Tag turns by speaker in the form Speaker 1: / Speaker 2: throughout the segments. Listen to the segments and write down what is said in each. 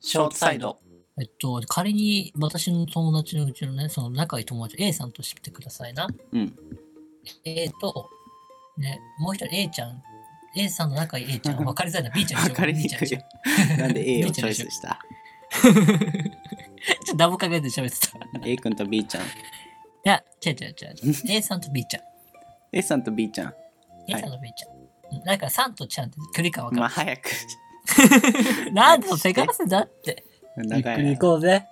Speaker 1: ショートサイド。
Speaker 2: えっと、仮に私の友達のうちのね、その仲いい友達 A さんとしてくださいな。
Speaker 1: うん。
Speaker 2: A と、ね、もう一人 A ちゃん、A さんの仲いい A ちゃん、分かりづらいな、B ちゃんでしょ
Speaker 1: わかりに
Speaker 2: B ちゃ
Speaker 1: く
Speaker 2: ん
Speaker 1: い
Speaker 2: でしょ
Speaker 1: よ。なんで A を
Speaker 2: B ち
Speaker 1: チ
Speaker 2: ゃ
Speaker 1: ョ
Speaker 2: んで
Speaker 1: イ
Speaker 2: しょ
Speaker 1: スした
Speaker 2: ちょっとダブ考えて喋ってた。い
Speaker 1: ?A 君と B ちゃん。
Speaker 2: や、違う違う違う違う。A さんと B ちゃん。
Speaker 1: A さんと B ちゃん。
Speaker 2: A さんと B ちゃん。うんなんか3とちゃんって距離感分
Speaker 1: まあ
Speaker 2: か
Speaker 1: 早く。
Speaker 2: る。なんで手がせだって。ゆっ
Speaker 1: 長
Speaker 2: くり
Speaker 1: い
Speaker 2: 行。こうぜ。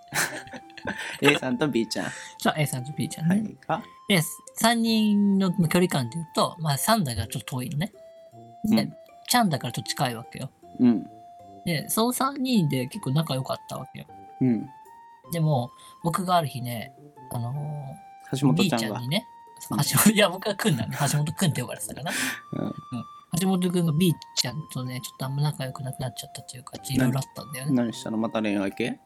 Speaker 1: A さんと B ちゃん。
Speaker 2: そう A さんと B ちゃん
Speaker 1: は
Speaker 2: ね。
Speaker 1: い。が
Speaker 2: で、3人の距離感で言うと、まあ3だからちょっと遠いのね。で、
Speaker 1: うん
Speaker 2: ちゃんだからちょっと近いわけよ。
Speaker 1: うん。
Speaker 2: で、その3人で結構仲良かったわけよ。
Speaker 1: うん。
Speaker 2: でも、僕がある日ね、あの
Speaker 1: 橋
Speaker 2: ー、
Speaker 1: 本
Speaker 2: B
Speaker 1: ちゃ
Speaker 2: ち
Speaker 1: ん
Speaker 2: ゃん
Speaker 1: が
Speaker 2: に。ね、
Speaker 1: う
Speaker 2: 橋
Speaker 1: ん
Speaker 2: 本、いや、僕はくんだね。橋本くんって呼ばれてたからな。
Speaker 1: うん
Speaker 2: 橋本くんが B ちゃんとね、ちょっとあんま仲良くなくなっちゃったというか、ちょっといろいろあったんだよね。
Speaker 1: 何したのまた恋愛系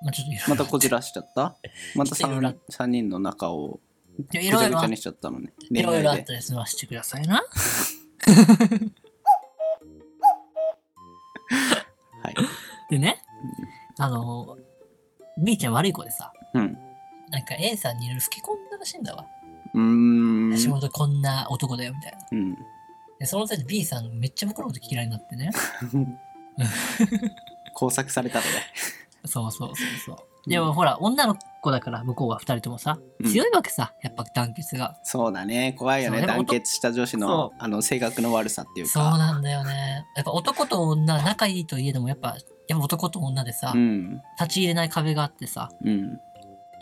Speaker 2: まあちょっといろいろ
Speaker 1: またこじらしちゃ ったまた
Speaker 2: いろいろあっ
Speaker 1: 3, 三人の中を
Speaker 2: でい
Speaker 1: ぐち
Speaker 2: ろ
Speaker 1: ゃ
Speaker 2: い
Speaker 1: ぐ
Speaker 2: ろ
Speaker 1: ち
Speaker 2: あ
Speaker 1: ゃ
Speaker 2: っ
Speaker 1: にしちゃったのね。
Speaker 2: いろいろあっ
Speaker 1: で。
Speaker 2: たり済ましてくださいな。
Speaker 1: はい。
Speaker 2: でね、あのー、B ちゃん悪い子でさ、
Speaker 1: うん。
Speaker 2: なんか A さんにいろいろ吹き込んだらしいんだわ。
Speaker 1: うーん。
Speaker 2: 橋本こんな男だよみたいな。
Speaker 1: うん。
Speaker 2: で、その際に B さんめっちゃ僕のこと嫌いになってね。
Speaker 1: 工作されたのね。
Speaker 2: そうそうそうそう。
Speaker 1: ん
Speaker 2: でもほら、女の子だから向こうは二人ともさ、
Speaker 1: うん
Speaker 2: 強いわけさ、やっぱ団結が。
Speaker 1: そうだね。怖いよ
Speaker 2: そ
Speaker 1: ね。
Speaker 2: うでも
Speaker 1: 団結した女子のあの性格の悪さっていうか。
Speaker 2: そうなんだよね。やっぱ男と女、仲いいといえどもやっぱ、やっぱ男と女でさ、
Speaker 1: うん。
Speaker 2: 立ち入れない壁があってさ、
Speaker 1: うん。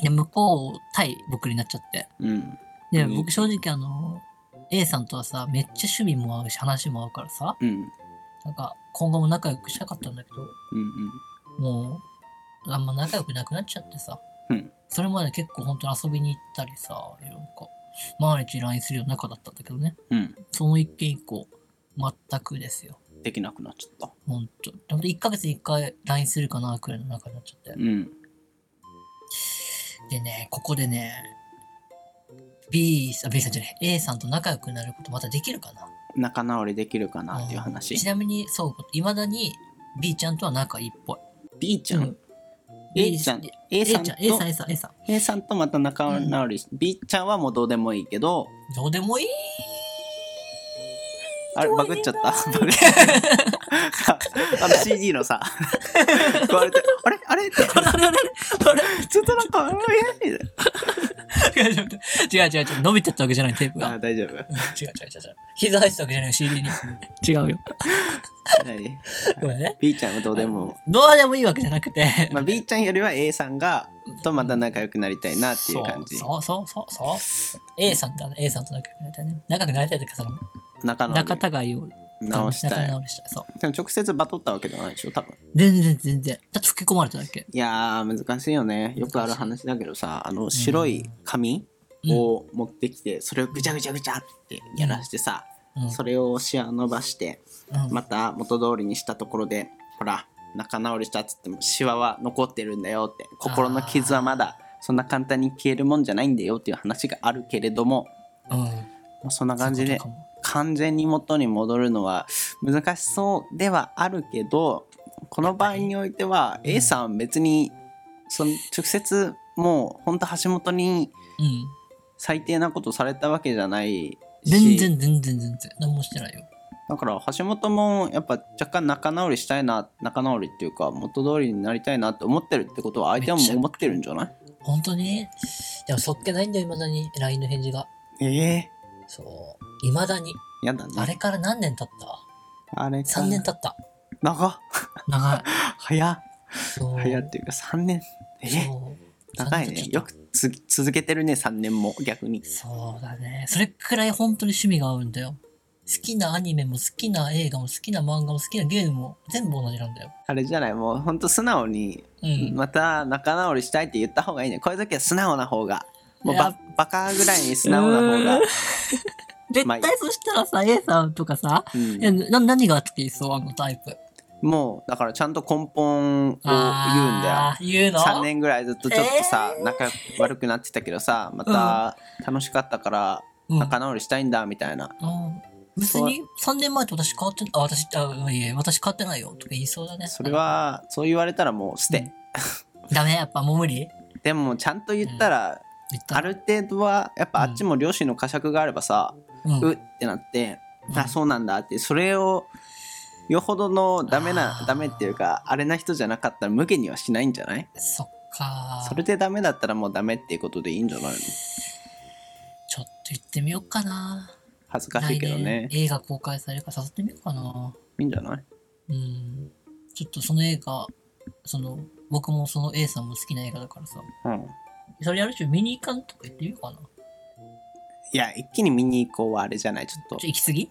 Speaker 2: で、向こう対僕になっちゃって。
Speaker 1: うん。
Speaker 2: で、
Speaker 1: うん
Speaker 2: 僕正直あの、A さんとはさ、めっちゃ趣味も合うし、話も合うからさ、
Speaker 1: うん。
Speaker 2: なんか今後も仲良くしたかったんだけど、
Speaker 1: うん。
Speaker 2: もう、あんま仲良くなくなっちゃってさ。
Speaker 1: うん
Speaker 2: それまで結構本当に遊びに行ったりさ、なんか、毎日 LINE するような仲だったんだけどね。
Speaker 1: うん。
Speaker 2: その一件以降、全くですよ。
Speaker 1: うん。できなくなっちゃった。
Speaker 2: ほんと。ほんと1ヶ月に1回 LINE するかな、くらいの仲になっちゃって
Speaker 1: う。ん。
Speaker 2: でね、ここでね、B さん、B さんじゃない、A さんと仲良くなることまたできるかな
Speaker 1: 仲直りできるかなっていう話
Speaker 2: ん。ちなみに、そう、いまだに B ちゃんとは仲いいっぽい。
Speaker 1: B ちゃん、
Speaker 2: うん
Speaker 1: A ちゃん A
Speaker 2: A ち
Speaker 1: さ
Speaker 2: ゃ
Speaker 1: ん
Speaker 2: ん
Speaker 1: と、
Speaker 2: A さん、A さん、A さん。
Speaker 1: A さんとまた仲直りし、B ちゃんはもうどうでもいいけど
Speaker 2: どうでもいい
Speaker 1: あれ
Speaker 2: どう
Speaker 1: バ
Speaker 2: でも
Speaker 1: グっ
Speaker 2: いい
Speaker 1: ちゃったバグっちゃったあの CD のさ壊れてあ れあれってちょっとなんかあれえ
Speaker 2: 違う違う違う違う違う伸びてったわけじゃないテープが。
Speaker 1: あ
Speaker 2: 違う
Speaker 1: 大丈夫
Speaker 2: 違う違う違う。膝入ってたわけじゃない CD に。違うよ。
Speaker 1: 何
Speaker 2: ごめんね。
Speaker 1: B ちゃんはどうでも
Speaker 2: どうでもいいわけじゃなくて。
Speaker 1: まあ、B ちゃんよりは A さんがとまた仲良くなりたいなっていう感じ
Speaker 2: そうそうそうそうそう。A さんだね。A さんと仲良くなりたいね。仲良くなりたいというか、その、
Speaker 1: 仲直
Speaker 2: 仲
Speaker 1: り
Speaker 2: 違いを
Speaker 1: 直した
Speaker 2: 仲
Speaker 1: い
Speaker 2: 直りしたい。そう。
Speaker 1: でも直接バトったわけじゃないでしょ多分
Speaker 2: 全然全然。だって吹き込まれただけ。
Speaker 1: いやー難しいよねよくある話だけどさあの白い紙
Speaker 2: うん
Speaker 1: を持ってきてそれをぐちゃぐちゃぐちゃってやらしてさ
Speaker 2: うん。
Speaker 1: それをシア伸ばして
Speaker 2: うん
Speaker 1: また元通りにしたところでほら仲直りしたっつってもシワは残ってるんだよって心の傷はまだそんな簡単に消えるもんじゃないんだよっていう話があるけれども
Speaker 2: うん。
Speaker 1: まあそんな感じで
Speaker 2: そういうことかも
Speaker 1: 完全に元に戻るのは難しそうではあるけどこの場合においては
Speaker 2: うん
Speaker 1: A さん別にその直接もうほんと橋本に
Speaker 2: うん。
Speaker 1: 最低なことされたわけじゃないし
Speaker 2: 全然全然全然。何もしてないよ。
Speaker 1: だから橋本もやっぱ若干仲直りしたいな仲直りっていうか元通りになりたいなって思ってるってことは相手も
Speaker 2: めっちゃ
Speaker 1: 思ってるんじゃない
Speaker 2: 本当にでもそっけないんだよ、未だに。LINE の返事が。
Speaker 1: ええ
Speaker 2: そう。未だに。
Speaker 1: やだね
Speaker 2: あれから何年経った
Speaker 1: あれ
Speaker 2: ?3 年経
Speaker 1: た
Speaker 2: った。
Speaker 1: 長っ
Speaker 2: 長い。
Speaker 1: 早っ
Speaker 2: そう。
Speaker 1: 早っていうか3年ええ
Speaker 2: そう
Speaker 1: 長い
Speaker 2: 3年経っ
Speaker 1: ね
Speaker 2: ちゃった
Speaker 1: よくつ続けてるね3年も逆に
Speaker 2: そうだね。それくらい本当に趣味が合うんだよ。好きなアニメも好きな映画も好きな漫画も好きなゲームも全部同じなんだよ。
Speaker 1: あれじゃないもうほんと素直に
Speaker 2: うん。
Speaker 1: また仲直りしたいって言った方がいいねこういう時は素直な方がもう
Speaker 2: い
Speaker 1: バ
Speaker 2: や
Speaker 1: バカぐらいに素直な方が
Speaker 2: うーん絶対そしたらさ、A さんとかさ、
Speaker 1: うん
Speaker 2: いやな何が好きそうあのタイプ。
Speaker 1: もうだからちゃんと根本を言うんだよ
Speaker 2: あー言うの
Speaker 1: 3年ぐらいずっとちょっとさ、仲悪くなってたけどさまた楽しかったから
Speaker 2: うん
Speaker 1: 仲直りしたいんだみたいな、
Speaker 2: うん別に3年前と私変わってあ、私、あ、いえ、私変わってないよとか言いそうだね。
Speaker 1: それはそう言われたらもう捨て、
Speaker 2: ダメやっぱもう無理
Speaker 1: でもちゃんと言ったら、
Speaker 2: 言った
Speaker 1: ある程度はやっぱあっちも両親の呵責があればさ、
Speaker 2: うん
Speaker 1: うってなって、
Speaker 2: うん
Speaker 1: あそうなんだってそれをよほどのダメ
Speaker 2: あ
Speaker 1: な
Speaker 2: ー
Speaker 1: ダメっていうかあれな人じゃなかったら無限にはしないんじゃない
Speaker 2: そっか
Speaker 1: それでダメだったらもうダメっていうことでいいんじゃないの
Speaker 2: ちょっと行ってみようかな。
Speaker 1: 恥ずかしいけどね
Speaker 2: 来年映画公開されるから誘ってみようかな。
Speaker 1: いいんじゃない
Speaker 2: うん。ちょっとその映画、その、僕もその A さんも好きな映画だからさ。
Speaker 1: うん
Speaker 2: それやるし、見に行かんとか言ってみようかな。ちょ
Speaker 1: いや一気に見に行こうはあれじゃないちょっと
Speaker 2: っと行き過ぎ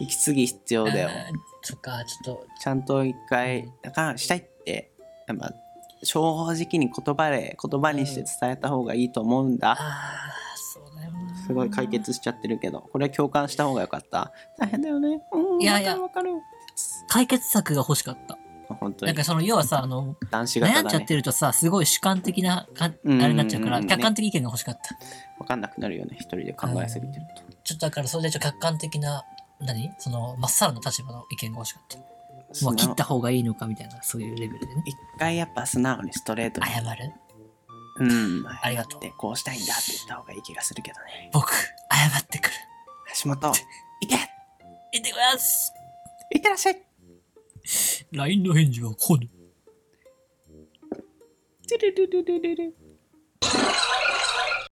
Speaker 1: 行き過ぎ必要だよ
Speaker 2: あーそっか、ちょっと、
Speaker 1: ちゃんと一回だからしたいってやっぱ正直に言葉で言葉にして伝えた方がいいと思うんだ、
Speaker 2: ああ、そうだよな。
Speaker 1: すごい解決しちゃってるけどこれは共感した方がよかった大変だよねうん
Speaker 2: いやいや
Speaker 1: わかるわか
Speaker 2: 解決策が欲しかった。
Speaker 1: る本当
Speaker 2: なん
Speaker 1: に
Speaker 2: かその、要はさ、あの、
Speaker 1: 男子
Speaker 2: 悩
Speaker 1: 型
Speaker 2: んじ
Speaker 1: だ
Speaker 2: ゃっ
Speaker 1: ね
Speaker 2: てるとさ、すごい主観的なか、あ
Speaker 1: うん
Speaker 2: れになっちゃうから、
Speaker 1: うん
Speaker 2: 客観的意見が欲しかった。
Speaker 1: 分かんなくなるよね一人で考えすぎてると
Speaker 2: ちょっとだから、それでちょっと客観的な、何その、まっさらの立場の意見が欲しかった。
Speaker 1: 素
Speaker 2: もう切
Speaker 1: 直
Speaker 2: った方がいいのかみたいな、そういうレベルでね。
Speaker 1: 一回やっぱ素直にストレートに
Speaker 2: 謝る
Speaker 1: うん
Speaker 2: ありがとう
Speaker 1: でこうしたいんだって言った方がいい気がするけどね
Speaker 2: 僕、謝ってくる。
Speaker 1: 橋 本いけ
Speaker 2: いってきます
Speaker 1: いってらっしゃい
Speaker 2: !LINE の返事は来ぬ。
Speaker 1: トゥルルルルルル